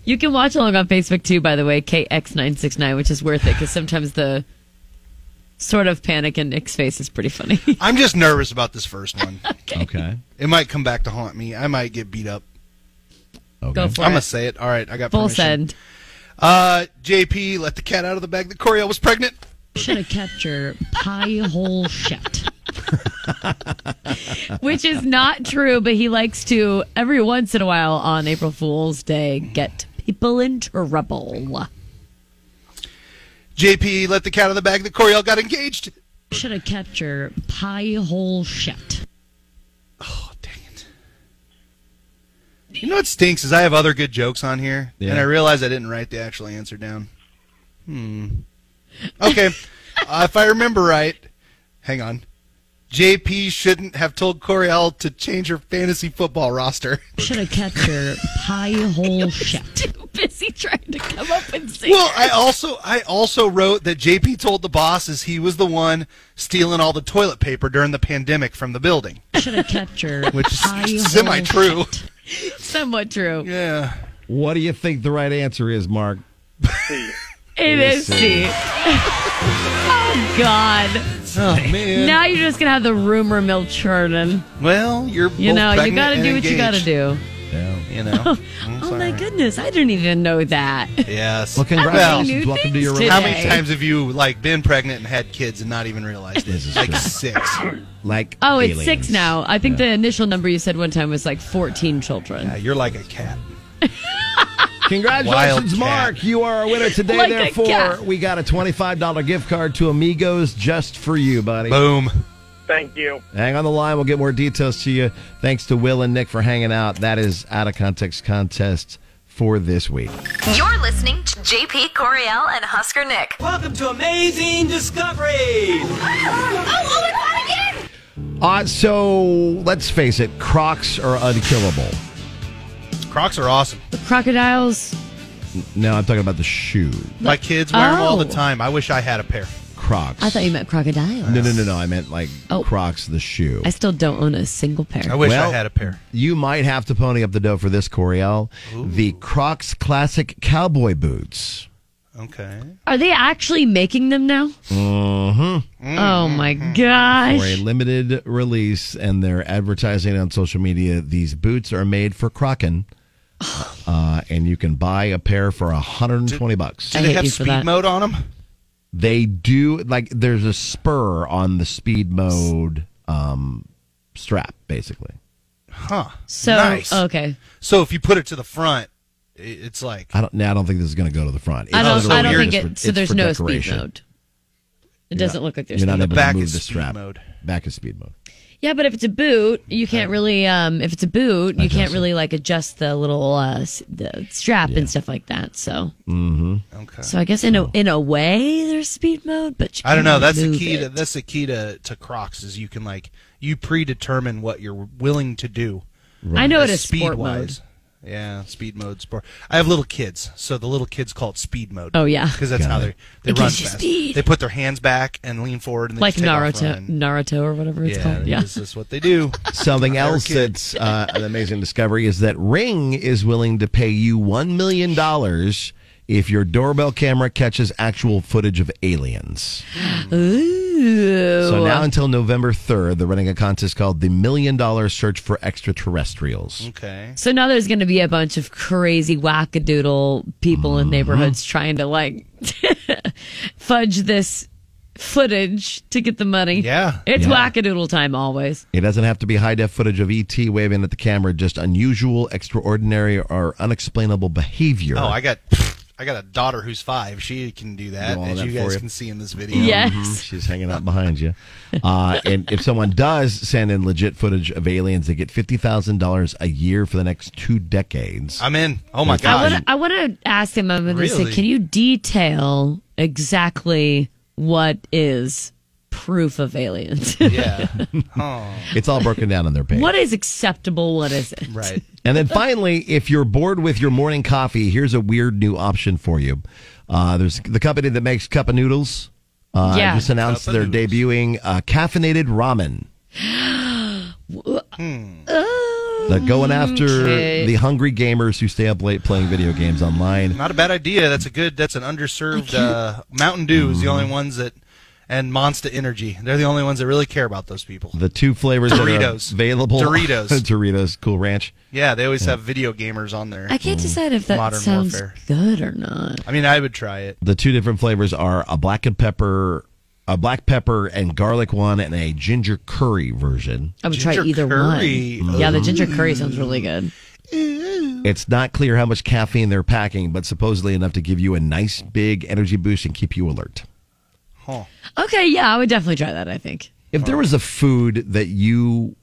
You can watch along on Facebook too, by the way, KX969, which is worth it because sometimes the sort of panic in Nick's face is pretty funny. [laughs] I'm just nervous about this first one. Okay. It might come back to haunt me. I might get beat up. Okay. Go for I'm it. gonna say it. All right, I got Full permission. send. Uh, JP let the cat out of the bag that Coriel was pregnant. Should have kept your pie hole shut. [laughs] Which is not true, but he likes to, every once in a while on April Fool's Day, get people in trouble. JP let the cat out of the bag that Coriel got engaged. Should have kept your pie hole shut. Oh, You know what stinks is I have other good jokes on here, Yeah. and I realize I didn't write the actual answer down. Hmm. Okay, uh, if I remember right, hang on. JP shouldn't have told Coriel to change her fantasy football roster. [laughs] Should have kept your pie hole shut. [laughs] Too busy trying to come up and say. Well, I also I also wrote that JP told the bosses he was the one stealing all the toilet paper during the pandemic from the building, Should have kept your which [laughs] pie hole is semi true. Somewhat true. Yeah. What do you think the right answer is, Mark? It Yes, is it C. is. [laughs] oh God! Oh man. Now you're just gonna have the rumor mill churning. well, you're You both know, you pregnant gotta and do what you gotta engaged. do. Yeah. You [laughs] know. Mm-hmm. Oh my goodness, I didn't even know that. Yes. Well, congratulations. Well, Welcome to your things How relationship. many Today. times have you like been pregnant and had kids and not even realized it? This is like true. six. Like Oh, it's aliens. six now. I think the initial number you said one time was like 14 children. Yeah, you're like a cat. Wild [laughs] Congratulations, cat. Mark. You are a winner today. Like a Therefore, cat. we got a $25 gift card to Amigos just for you, buddy. Boom. Thank you. Hang on the line. We'll get more details to you. Thanks to Will and Nick for hanging out. That is Out of Context Contest for this week. You're listening to JP Coriel and Husker Nick. Oh, Welcome to Amazing Discovery! [laughs] Uh, so, let's face it, Crocs are unkillable. Crocs are awesome. The crocodiles. No, I'm talking about the shoe. My kids wear them all the Oh. time. I wish I had a pair. Crocs. I thought you meant crocodiles. No, no, no, no. I meant like Oh. Crocs, the shoe. I still don't own a single pair. I wish Well- I had a pair. You might have to pony up the dough for this, Coriel. The Crocs Classic Cowboy Boots. Okay. Are they actually making them now? Oh my For a gosh! limited release, and they're advertising on social media. These boots are made for [sighs] Kraken, uh, and you can buy a pair for 120 bucks. Do I they hate have you for speed that. mode on them? They do like there's a spur on the speed mode um, strap, basically. Huh. So uh, nice. okay, So if you put it to the front, i- it's like I don't. Now I don't think this is going to go to the front. I Oh, don't. It's so I don't you're think just it. for- so it's there's for no decoration. speed mode. It doesn't look like there's. You're not speed able mode. to back move is the speed strap. mode. Back is speed mode. Yeah, but if it's a boot, you can't really. Um, if it's a boot, you can't really like adjust the little uh, s- the strap and stuff like that. So, okay. so I guess in a in a way, there's speed mode, but you I don't know. can't That's the move key. To, it. that's the key to, to Crocs is you can like you predetermine what you're willing to do I know it Uh, is sport mode. speed-wise. Yeah, speed mode sport. I have little kids, so the little kids call it speed mode. Oh, [laughs] yeah. because that's Got how it. they they It run gives you fast. speed. They put their hands back and lean forward, and they Like just take off Naruto, running. Naruto or whatever it's Yeah, called. Yeah. this is what [laughs] they do. Something They're else kids. that's uh, an amazing discovery is that Ring is willing to pay you $1 million if your doorbell camera catches actual footage of aliens. Ooh. So now until November 3rd, they're running a contest called the Million Dollar Search for Extraterrestrials. Okay. So now there's going to be a bunch of crazy wackadoodle people in neighborhoods trying to like [laughs] fudge this footage to get the money. Yeah. It's Yeah. wackadoodle time always. It doesn't have to be high def footage of ET waving at the camera, just unusual, extraordinary, or unexplainable behavior. Oh, I got I got a daughter who's five. She can do that, Do all as that you for guys you. can see in this video. Yes. Mhm. She's hanging out behind you. Uh, and if someone does send in legit footage of aliens, they get $50,000 a year for the next two decades. I'm in. Oh my I god. want to I want to ask him. I'm going to say, Really? can you detail exactly what is proof of aliens? [laughs] Yeah. It's all broken down on their page. what is acceptable? What isn't? Right. And then finally, if you're bored with your morning coffee, here's a weird new option for you. Uh, there's the company that makes cup of noodles. Uh, Yeah. Just announced Cup they're debuting uh, caffeinated [gasps] ramen. They're going after Okay. the hungry gamers who stay up late playing video games online. Not a bad idea. That's a good. That's an underserved. Uh, Mountain Dew is the only ones that, and Monster Energy. They're the only ones that really care about those people. The two flavors Doritos. that are available [laughs] Doritos. Doritos, Cool Ranch. Yeah, they always have video gamers on there. I can't decide if that Modern sounds Warfare. good or not. I mean, I would try it. The two different flavors are a black and pepper, a black pepper and garlic one, and a ginger curry version. I would try either curry. one. Yeah, the ginger curry Mm-hmm. sounds really good. It's not clear how much caffeine they're packing, but supposedly enough to give you a nice big energy boost and keep you alert. Okay, yeah, I would definitely try that. I think. If there was a food that you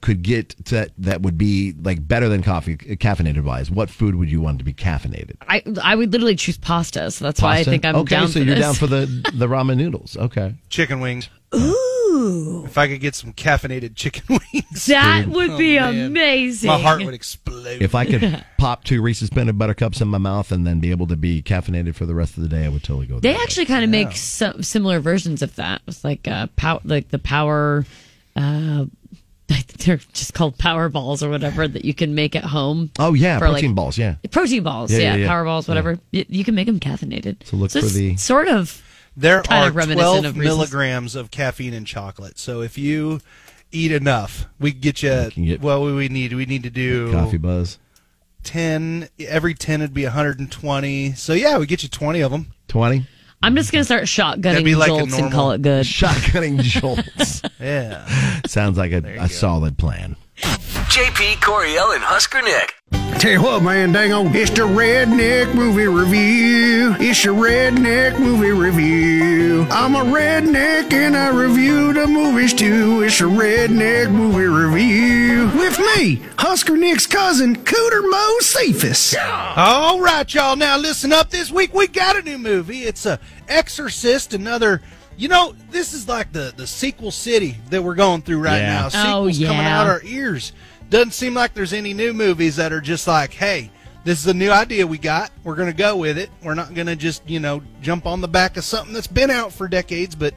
could get that that would be like better than coffee, uh, caffeinated wise, what food would you want to be caffeinated? I I would literally choose pasta, so that's why I Pasta? think I'm okay. down so for you're this. down for the the ramen noodles. Okay. Chicken wings. Ooh. If I could get some caffeinated chicken [laughs] wings, That would be amazing. Oh, My heart would explode. [laughs] If I could pop two Reese's peanut butter cups in my mouth and then be able to be caffeinated for the rest of the day, I would totally go. They there. actually kind of make some similar versions of that. It's like uh, pow- like the power. Uh, [laughs] I think they're just called power balls or whatever that you can make at home. Oh yeah, for, like, protein balls. Yeah. Protein balls, Yeah, yeah, yeah, yeah. power balls, whatever. You, you can make them caffeinated. So look So for it's the sort of There kind are of reminiscent 12 of Reese's. milligrams of caffeine in chocolate. So if you eat enough, we can get you. can get- well, we, we need we need to do coffee buzz. 10 every 10 would be 120 so yeah we get you 20 of them Twenty. I'm just gonna start shotgunning That'd be like a jolts and normal- call it good. [laughs] Shotgunning jolts. yeah. Sounds like a, a solid plan. JP Coriel and Husker Nick. Tell you what, man, dang on. It's the Redneck Movie Review. It's your Redneck Movie Review. I'm a redneck and I review the movies too. It's a Redneck Movie Review. With me, Husker Nick's cousin, Cooter Mo Cephas. all right y'all now listen up this week we got a new movie it's a exorcist another you know this is like the the sequel city that we're going through right Yeah. now Oh, sequels coming yeah. out our ears doesn't seem like there's any new movies that are just like hey this is a new idea we got we're gonna go with it we're not gonna just you know jump on the back of something that's been out for decades but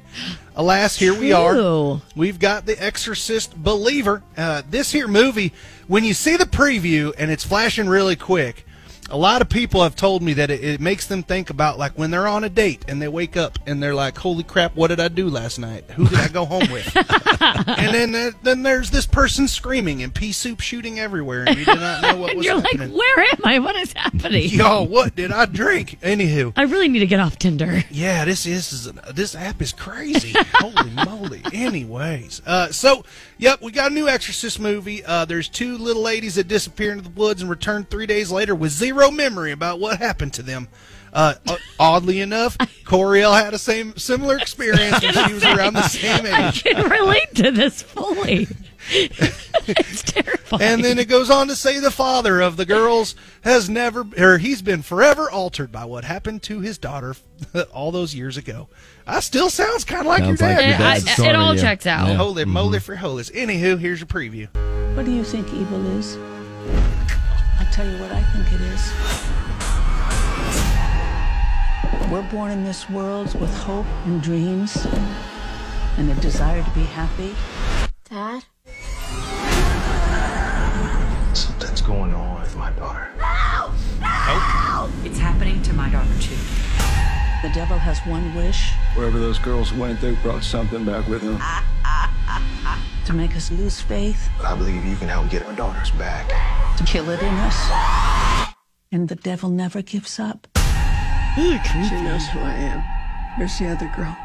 alas here we are True. We've got The Exorcist Believer. Uh, this here movie, when you see the preview and it's flashing really quick, a lot of people have told me that it, it makes them think about like when they're on a date and they wake up and they're like, "Holy crap, what did I do last night? Who did I go home with?" [laughs] and then there- then there's this person screaming and pea soup shooting everywhere, and you do not know [laughs] what And was you're happening. like, where am I? What is happening? Yo, what did I drink? Anywho, I really need to get off [laughs] Tinder. Yeah, this is this, is- this app is crazy. Holy moly! Anyways, uh, so yep, we got a new Exorcist movie. Uh, there's two little ladies that disappear into the woods and return three days later with zero memory about what happened to them. Uh, o- oddly enough, Coriel had a same similar experience when she was around the same I age. can relate to this fully. And then it goes on to say the father of the girls has never, or he's been forever altered by what happened to his daughter [laughs] all those years ago. I still sounds kind of like Sounds your dad. like your dad's I- it story, all yeah. checks out. Yeah. Holy Mhm. moly for holies. Anywho, here's your preview. What do you think evil is? I tell you what I think it is. We're born in this world with hope and dreams and a desire to be happy. Dad? Something's going on with my daughter. It's happening to my daughter too. The devil has one wish Wherever those girls went, they brought something back with them. to make us lose faith, I believe you can help get our daughters back. to kill it in us. And the devil never gives up. She knows who I am. Where's the other girl?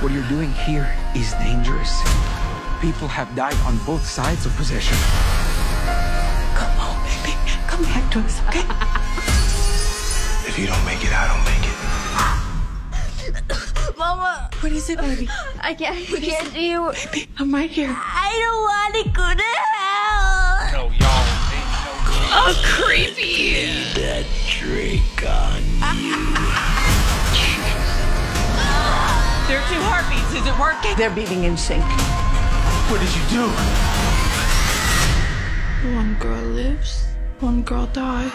What you're doing here is dangerous. People have died on both sides of possession. Come back to us, okay? If you don't make it, I don't make it. Mama. What is it, baby? I can't get you. Baby, I'm right here. I don't want to go to hell. No, y'all ain't no good. Oh, creepy. That trick [laughs] on Their two heartbeats isn't working. They're beating in sync. What did you do? One girl lives, one girl dies.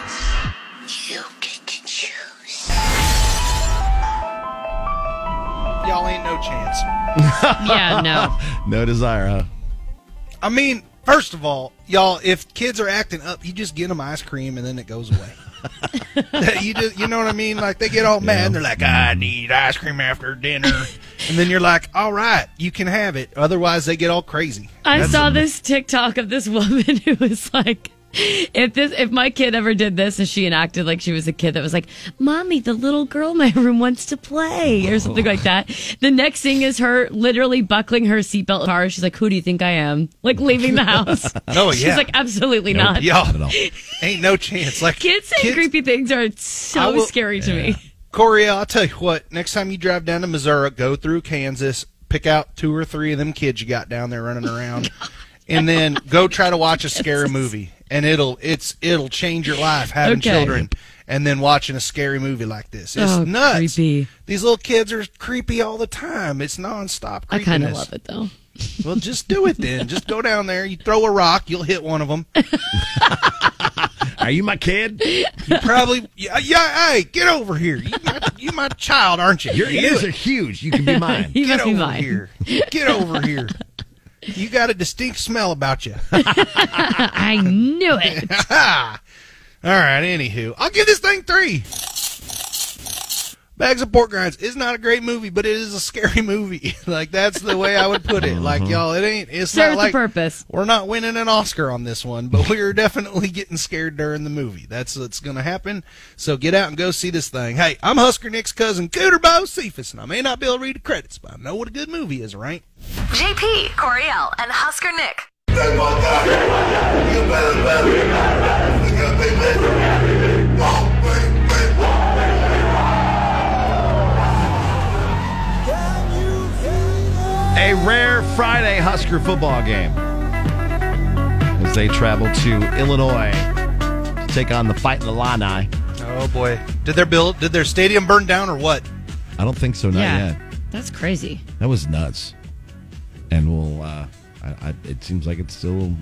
Y'all ain't no chance. [laughs] no desire, huh? I mean, first of all, y'all, if kids are acting up, you just get them ice cream and then it goes away. you just, you know what I mean? Like they get all mad and they're like, "I need ice cream after dinner," and then you're like, "All right, you can have it." Otherwise, they get all crazy. I That's saw a- this TikTok of this [laughs] woman who was like, if this, if my kid ever did this, and she enacted like she was a kid that was like, "Mommy, the little girl in my room wants to play," or something like that. The next thing is her literally buckling her seatbelt in the car. She's like, "Who do you think I am?" Like leaving [laughs] the house. Oh, yeah. She's like, "Absolutely not." Nope, Y'all, [laughs] ain't no chance. Like Kids saying creepy things are I so will- scary to me. Corey, I'll tell you what. Next time you drive down to Missouri, go through Kansas, pick out two or three of them kids you got down there running [laughs] around, and then go try to watch a scary movie. And it'll it's it'll change your life having Okay. children and then watching a scary movie like this. It's Oh, nuts. These little kids are creepy all the time. It's nonstop. I Creepiness. kinda love it, though. Well, just do it then. Just go down there. You throw a rock, you'll hit one of them. Are you my kid? You probably. Yeah, yeah hey, get over here. You my, you my child, aren't you? Your You ears do are it. huge. You can be [laughs] mine. Get must be over mine. here. Get over here. You got a distinct smell about you. I knew it. All right. Anywho, I'll give this thing three. Bags of Pork Grinds is not a great movie, but it is a scary [laughs] movie. like that's the way I would put it. Like y'all, it ain't. It's Serves not the like purpose. We're not winning an Oscar on this one, but we are [laughs] definitely getting scared during the movie. That's what's going to happen. So get out and go see this thing. Hey, I'm Husker Nick's cousin, Cooter Bo Cephas, and I may not be able to read the credits, but I know what a good movie is, right? JP, Coriel, and Husker Nick. A rare Friday Husker football game as they travel to Illinois to take on the Fighting Illini. Oh boy, did their build, did their stadium burn down or what? I don't think so, not yeah, yet. that's crazy. That was nuts. And we'll, uh, I, I, it seems like it's still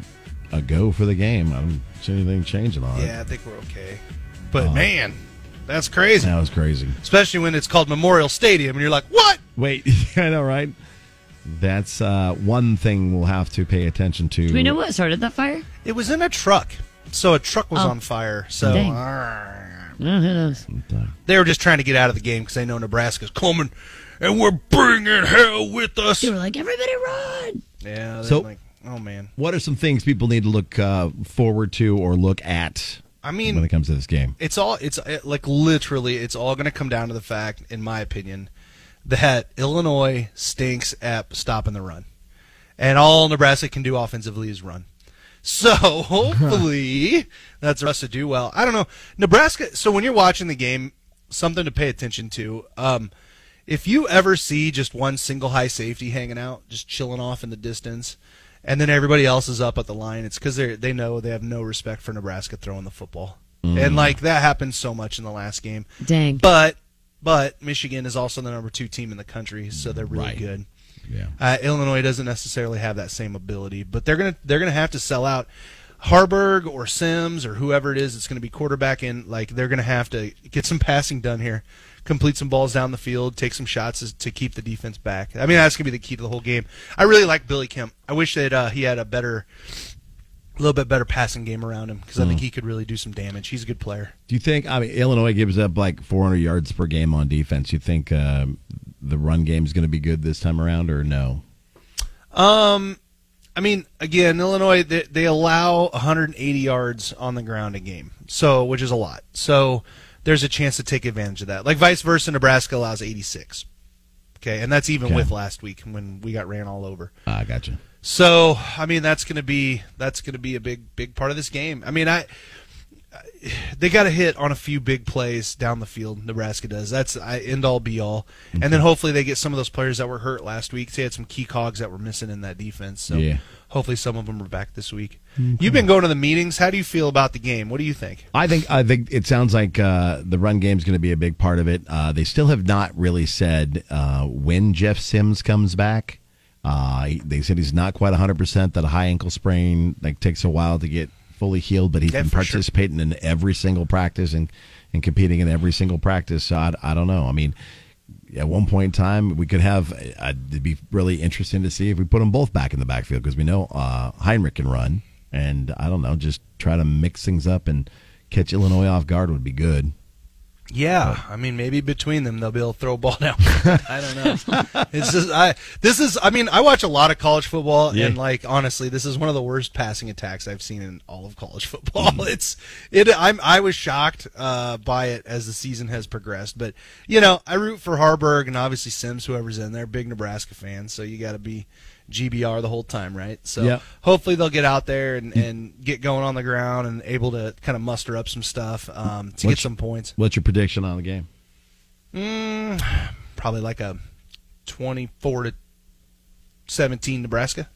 a go for the game. I don't see anything changing on Yeah, I it. think we're okay. But Oh. man, that's crazy. That was crazy. Especially when it's called Memorial Stadium, and you're like, what? Wait, [laughs] I know, right? That's uh, one thing we'll have to pay attention to. Do we know what started that fire? It was in a truck, so a truck was Oh. on fire. So Dang. Arrgh. No, who knows? they were just trying to get out of the game because they know Nebraska's coming, and we're bringing hell with us. They were like, everybody run! Yeah. they're So- like, oh man. What are some things people need to look uh, forward to or look at? I mean- when it comes to this game, It's all it's it, like literally it's all going to come down to the fact in my opinion that Illinois stinks at stopping the run. And all Nebraska can do offensively is run. So [laughs] hopefully that's us to do well. I don't know. Nebraska so when you're watching the game, something to pay attention to. Um if you ever see just one single high safety hanging out, just chilling off in the distance, and then everybody else is up at the line, it's because they they know they have no respect for Nebraska throwing the football, Mm. and like that happened so much in the last game. Dang. But but Michigan is also the number two team in the country, so they're really good. Yeah. Uh, Illinois doesn't necessarily have that same ability, but they're gonna they're gonna have to sell out Harburg or Sims or whoever it is. It's gonna be quarterback in. Like they're gonna have to get some [laughs] passing done here, complete some balls down the field, take some shots as- to keep the defense back. I mean that's gonna be the key to the whole game. I really like Billy Kemp. I wish that uh, he had a better. A little bit better passing game around him because I think Mm. he could really do some damage. He's a good player. Do you think? I mean, Illinois gives up like 400 yards per game on defense. You think um, the run game is going to be good this time around, or no? Um, I mean, again, Illinois they, they allow 180 yards on the ground a game, so which is a lot. So there's a chance to take advantage of that. Like vice versa, Nebraska allows 86. Okay, and that's even Okay. with last week when we got ran all over. Ah, gotcha. So I mean, that's gonna be that's gonna be a big big part of this game. I mean, I they got to hit on a few big plays down the field. Nebraska does. That's I end all be all. And then hopefully they get some of those players that were hurt last week. They had some key cogs that were missing in that defense. So Yeah. hopefully some of them are back this week. Okay. You've been going to the meetings. How do you feel about the game? What do you think? I think I think it sounds like uh, the run game is going to be a big part of it. Uh, they still have not really said uh, when Jeff Sims comes back. Uh, he- they said he's not quite 100 percent. That a high ankle sprain like takes a while to get fully healed, but he's Yeah, been for sure. participating in every single practice and and competing in every single practice. So I, I don't know. I mean. At one point in time, we could have. Uh, it'd be really interesting to see if we put them both back in the backfield because we know uh, Heinrich can run, and I don't know, just try to mix things up and catch Illinois off guard would be good. Yeah, I mean maybe between them they'll be able to throw a ball [laughs] down. I don't know. [laughs] It's just I this is I mean I watch a lot of college football Yeah. and like honestly this is one of the worst passing attacks I've seen in all of college [laughs] football. It's it I'm I was shocked uh, by it as the season has progressed, but you know I root for Harburg and obviously Sims whoever's in there, big Nebraska fan, so you got to be GBR the whole time, right? So Yeah. hopefully they'll get out there and, and get going on the ground and able to kind of muster up some stuff um, to get What's- some points. What's your prediction on the game? Mm, probably like a 24 to 17 Nebraska.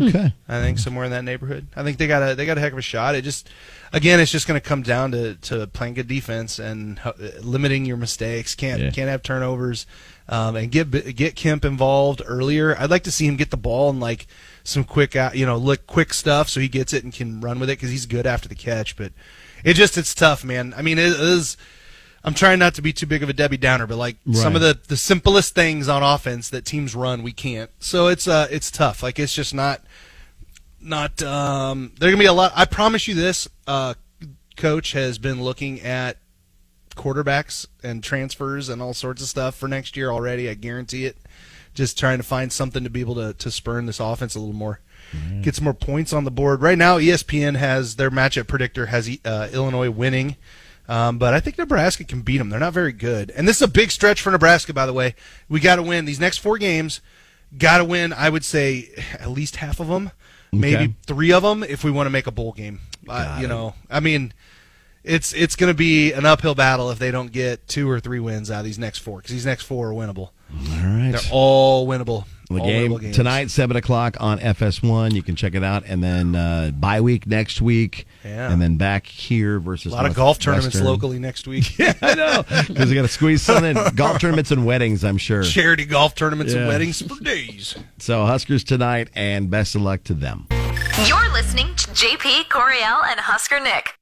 Okay. I think somewhere in that neighborhood. I think they got a they got a heck of a shot. It just again, it's just going to come down to to playing good defense and ho- limiting your mistakes. Can't Yeah. can't have turnovers, um, and get B- get Kemp involved earlier. I'd like to see him get the ball and like some quick out, you know, look quick stuff so he gets it and can run with it because he's good after the catch. But it just it's tough, man. I mean, it is. I'm trying not to be too big of a Debbie Downer, but like some Right. of the the simplest things on offense that teams run, we can't. So it's uh it's tough. Like it's just not not um there're gonna be a lot i promise you this uh coach has been looking at quarterbacks and transfers and all sorts of stuff for next year already i guarantee it just trying to find something to be able to, to spurn this offense a little more get some more points on the board right now E espn has their matchup predictor has uh, illinois winning um, but I think Nebraska can beat them. They're not very good, and this is a big stretch for Nebraska. By the way, we got to win these next four games. Got to win. I would say at least half of them, Okay. maybe three of them, if we want to make a bowl game. Uh, Got you it. know, I mean, it's it's going to be an uphill battle if they don't get two or three wins out of these next four because these next four are winnable. All right. They're all winnable. The all game winnable games. tonight, seven o'clock on FS1. You can check it out, and then uh, bye week next week, Yeah. and then back here versus A lot of golf tournaments locally next week. yeah, [laughs] I know because we got to squeeze some in golf tournaments and weddings. I'm sure. [laughs] Charity golf tournaments Yeah. and weddings for days. So Huskers tonight, and best of luck to them. You're listening to JP, Coriel, and Husker Nick.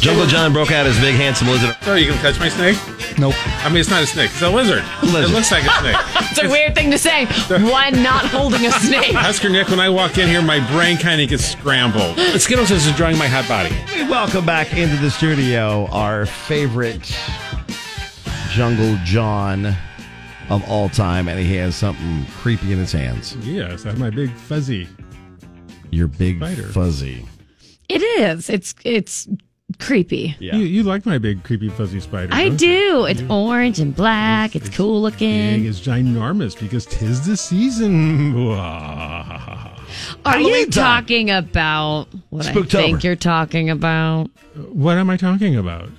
Jungle John broke out his big handsome lizard. Are you gonna catch my snake? Nope. I mean, it's not a snake. It's a lizard. It looks like a snake. It's a weird thing to say. One not holding a snake. Husker Nick, when I walk in here, my brain kind of gets scrambled. Skittles is enjoying my hot body. We welcome back into the studio our favorite Jungle John of all time, and he has something creepy in his hands. Yes, I have my big fuzzy. Your big Spider. fuzzy. [laughs] It is. It's it's creepy. Yeah. You, you like my big creepy fuzzy spider. I huh? do. It's orange and black. It's cool Big looking. is ginormous because tis the season. [laughs] Are you Halloween time. talking about what I Spooktober. think you're talking about? What am I talking about?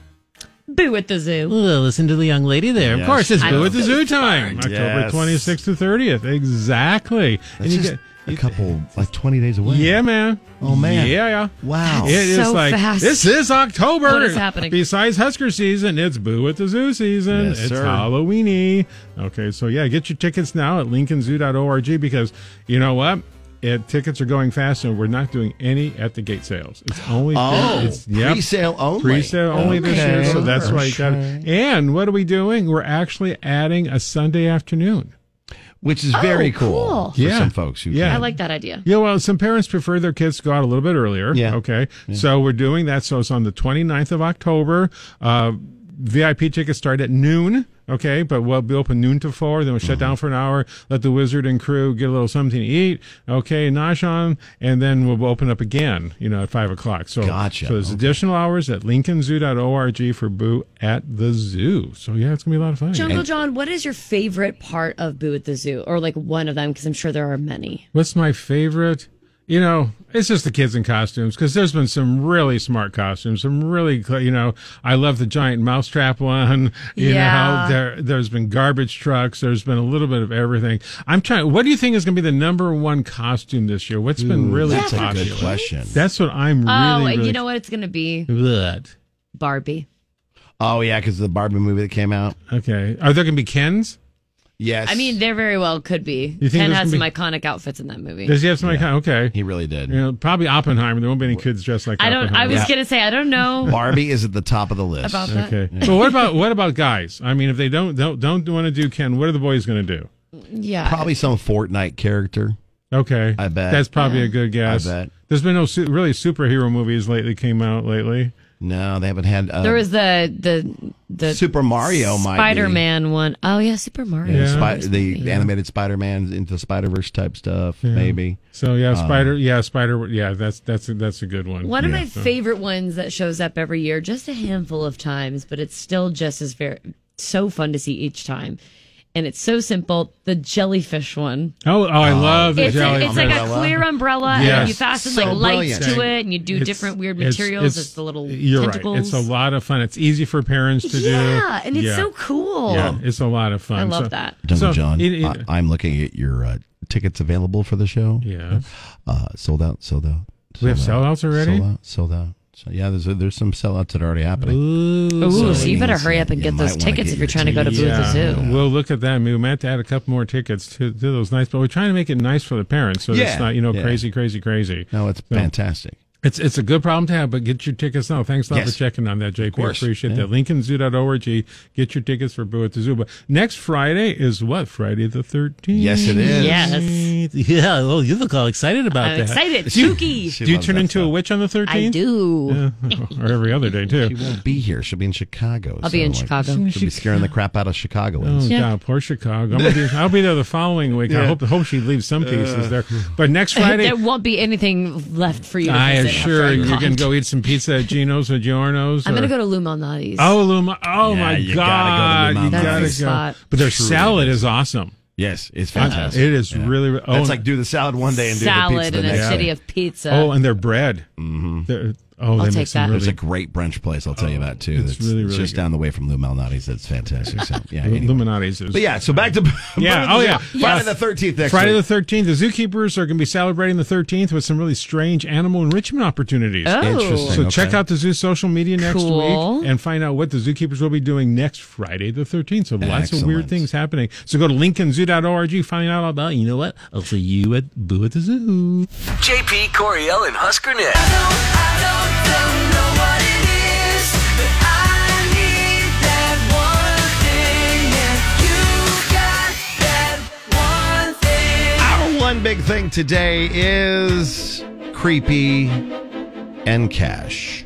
Boo at the zoo. listen to the young lady there. Yes. Of course, it's I Boo know. at the Zoo time, Fine. October Yes. 26th to 30th. Exactly. and you just- get a couple, like 20 days away. Yeah, man. Oh, man. Yeah, yeah. Wow. It is So like fast. this is October. What is happening? Besides Husker season, it's Boo at the Zoo season. Yes, it's sir. Halloweeny. Okay, so yeah, get your tickets now at lincolnzoo.org because you know what? It, tickets are going fast, and we're not doing any at the gate sales. It's [sighs] only Oh, it's, yep. pre-sale only. Pre-sale only this Okay. year, so that's why you got. Okay. it. And what are we doing? We're actually adding a Sunday afternoon, which is very cool, for Yeah, some folks who yeah, Oh, I like that idea. yeah, well, some parents prefer their kids to go out a little bit earlier. Yeah. Okay. So we're doing that. So it's on the 29th of October. Uh, VIP tickets start at noon. Okay. But we'll be open noon to four. Then we'll shut Mm-hmm. down for an hour, let the wizard and crew get a little something to eat. Okay. Nosh on. And then we'll open up again, you know, at five o'clock. So, Gotcha. so there's additional hours at lincolnzoo.org for Boo at the Zoo. So yeah, it's going to be a lot of fun. Jungle John, what is your favorite part of Boo at the Zoo, or like one of them? Because I'm sure there are many. What's my favorite? You know, it's just the kids in costumes because there's been some really smart costumes, some really, cl- you know, I love the giant [laughs] mousetrap one. You Yeah. know, there, there's been garbage trucks. There's been a little bit of everything. I'm trying, what do you think is going to be the number one costume this year? What's been Ooh, really that's a good popular? question. That's what I'm really, oh, and really you know what? It's gonna be What? Barbie. Oh yeah, because the Barbie movie that came out. Okay, are there going to be Kens? Yes, I mean, there very well could be. You think Ken there's has some gonna iconic outfits in that movie. Does he have some kind? Okay. He really did. You know, probably Oppenheimer. There won't be any kids dressed like I don't. I Oppenheimer. was gonna say I [laughs] don't know. Barbie is at the top of the list. About that. [laughs] Okay. But what about what about guys? I mean, if they don't don't don't want to do Ken, what are the boys going to do? Yeah. Probably some Fortnite character. Okay, I bet That's probably a good guess. I bet. There's been no su- really superhero movies lately came out lately. No, they haven't had. Uh, there was the the the Super Mario might be. Spider Man one. Oh yeah, Super Mario. Yeah, Spi- the animated Spider-Man into Spider Verse type stuff, Yeah. maybe. So yeah, Um, Spider. Yeah, Spider. Yeah, that's that's a, that's a good one. One of Um, Yeah, my so- favorite ones that shows up every year, just a handful of times, but it's still just as very so fun to see each time. And it's so simple. The jellyfish one. Oh, oh, I love the it's a- jelly. it's like a clear umbrella, Yes. and you fasten So like lights brilliant. to it, and you do It's- different weird it's- materials. It's, the little You're tentacles. right. It's a lot of fun. It's easy for parents to do. Yeah, and it's so cool. Yeah, it's a lot of fun. I love So- that. Jungle so John, it- it- I, am looking at your uh, tickets available for the show. Yeah. Uh, sold out, sold out. We have sold out, sellouts already? Sold out, sold out. So, yeah, there's there's some sellouts that are already happening. Ooh, Ooh, so you better hurry up and get those tickets if you're trying to go to Booth the Zoo. We'll look at that. I mean, we might have to add a couple more tickets to, to those nights, but we're trying to make it nice for the parents, so Yeah. it's not you know Yeah. crazy, crazy, crazy. No, it's So- fantastic. It's it's a good problem to have, but get your tickets now. Thanks a lot Yes. for checking on that, JP. course. Appreciate Yeah. that. LincolnZoo.org. Get your tickets for Boo at the Zoo. But next Friday is what? Friday the 13th. Yes, it is. Yes. Yeah. Well, you look all excited about I'm that. [laughs] excited. Do you- Spooky. She Do you loves turn that into a witch on the 13th? I do. or every other day too. She won't be here. She'll be in Chicago. I'll be in like, Chicago. She'll be scaring the crap out of Oh Chicagoans. God, poor Chicago! I'm gonna be, I'll be there the following week. I Yeah. hope hope she leaves some pieces Uh. there. But next Friday, there won't be anything left for you. To I am visit after sure I'm you gone. can go eat some pizza at Gino's or Giorno's. I'm or- gonna go to Lou Malnati's. Oh, Luma! Oh Yeah, my you God! gotta go to Lou you Malnati's. gotta That's the go. spot. But their Truly salad is awesome. Yes, it's Uh, fantastic. it is really- oh, That's and- like do the salad one day and do the pizza salad the in a next city day. of pizza. Oh, and their bread. Mm-hmm. oh, they I'll make take some that. really- Oh, There's a great brunch place I'll tell you about too. it's that's really, really it's just good. down the way from Lou Malnati's. That's fantastic. So yeah, Lu- anyway. Luminati's is. But yeah, so back to Yeah, [laughs] back to oh the- yeah. Friday the thirteenth next Friday week. the thirteenth. The zookeepers are going to be celebrating the thirteenth with some really strange animal enrichment opportunities. Oh. Interesting, So check okay. out the zoo social media next Cool. week and find out what the zookeepers will be doing next Friday the thirteenth. So lots of Excellent. weird things happening. So go to lincolnzoo.org. Find out all about. You know what? I'll see you at Boo at the Zoo. JP Coriel and Husker Nick. Our one big thing today is creepy and cash.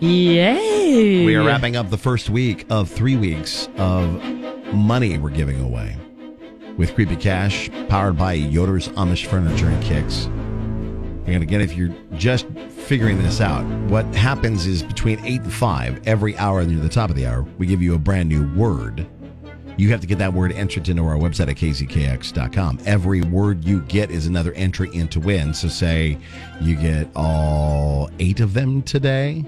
Yay! We are wrapping up the first week of three weeks of money we're giving away with Creepy Cash, powered by Yoder's Amish Furniture and Kicks. And again, if you're just figuring this out, what happens is between 8 and 5, every hour near the top of the hour, we give you a brand new word. You have to get that word entered into our website at kzkx.com. Every word you get is another entry into win. So, say you get all eight of them today.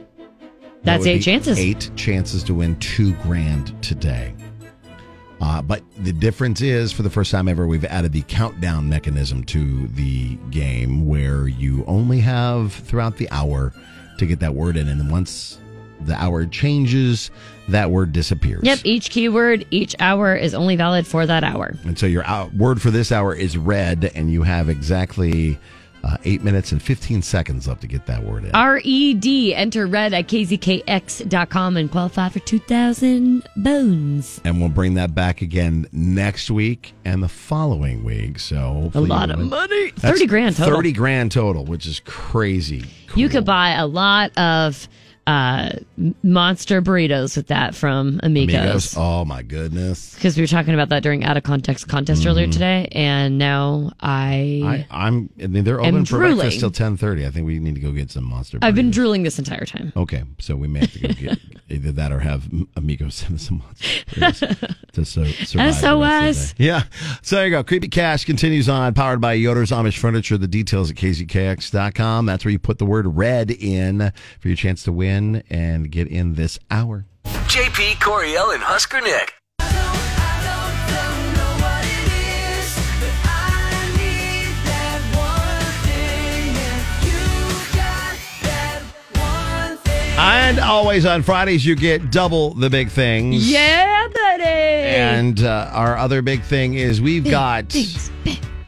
That's That would eight be chances. Eight chances to win two grand today. Uh, but the difference is, for the first time ever, we've added the countdown mechanism to the game where you only have throughout the hour to get that word in. And then once the hour changes, that word disappears. Yep, each keyword, each hour is only valid for that hour. And so your out- word for this hour is red, and you have exactly uh, eight minutes and 15 seconds left to get that word in. R E D, enter red at kzkx.com and qualify for 2,000 bones. And we'll bring that back again next week and the following week. So hopefully lot you of win. money. That's 30 grand total. 30 grand total, which is crazy. You could buy a lot of uh, monster burritos with that from Amigos. Amigos. Oh my goodness. Because we were talking about that during out of context contest earlier Mhm. today, and now I, I, I'm. I mean, they're Am open for drooling. breakfast till ten thirty. I think we need to go get some monster. I have been burritos. drooling this entire time. Okay, so we may have to go [laughs] get either that or have amigos send us some monster burritos to so, survive the rest SOS. of the day. Yeah. So there you go. Creepy Cash continues on, powered by Yoder's Amish Furniture. The details at kzkx.com. That's where you put the word red in for your chance to win and get in this hour. JP Coriel and Husker Nick. And always on Fridays, you get double the big things. Yeah, buddy. And uh, our other big thing is we've got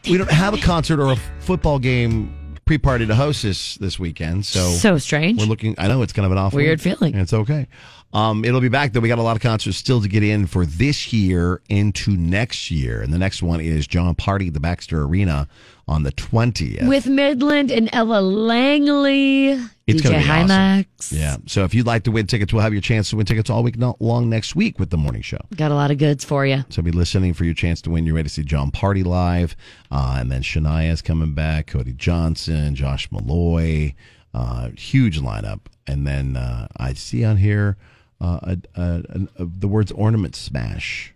we don't have a concert or a football game pre-party to host this this weekend. So So strange. We're looking. I know it's kind of an off Weird week. feeling. It's okay. Um, it'll be back though. We got a lot of concerts still to get in for this year into next year, and the next one is John Party at the Baxter Arena on the twentieth. With Midland and Ella Langley, It's DJ gonna be awesome. Hymax. Yeah. So if you'd like to win tickets, we'll have your chance to win tickets all week no- long next week with the morning show. Got a lot of goods for you. So be listening for your chance to win. You're ready to see John Party live, uh, and then Shania's coming back, Cody Johnson, Josh Malloy, uh, huge lineup. And then uh, I see on here uh, a, a, a, the words "ornament smash."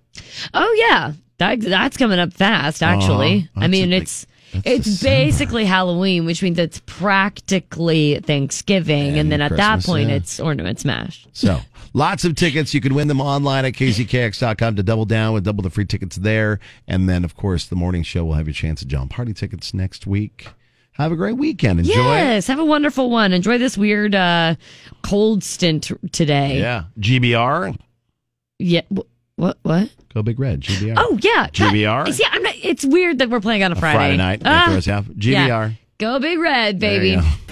Oh yeah, that that's coming up fast. Actually, Uh-huh. I mean That's it's like- that's it's basically Halloween, which means it's practically Thanksgiving, and, And then at Christmas, that point yeah. it's ornament smash. So lots of tickets. You can win them online at kzkx.com to double down with double the free tickets there. And then, of course, the morning show will have your chance at John Party tickets next week. Have a great weekend. Enjoy. Yes, have a wonderful one. Enjoy this weird uh, cold stint today. Yeah. GBR. Yeah. wh- What? What? Go Big Red. GBR. Oh yeah. God. GBR? See, I'm not, it's weird that we're playing on a Friday Friday night, they Ah. throw us out. GBR. Go Big Red, There baby. you go.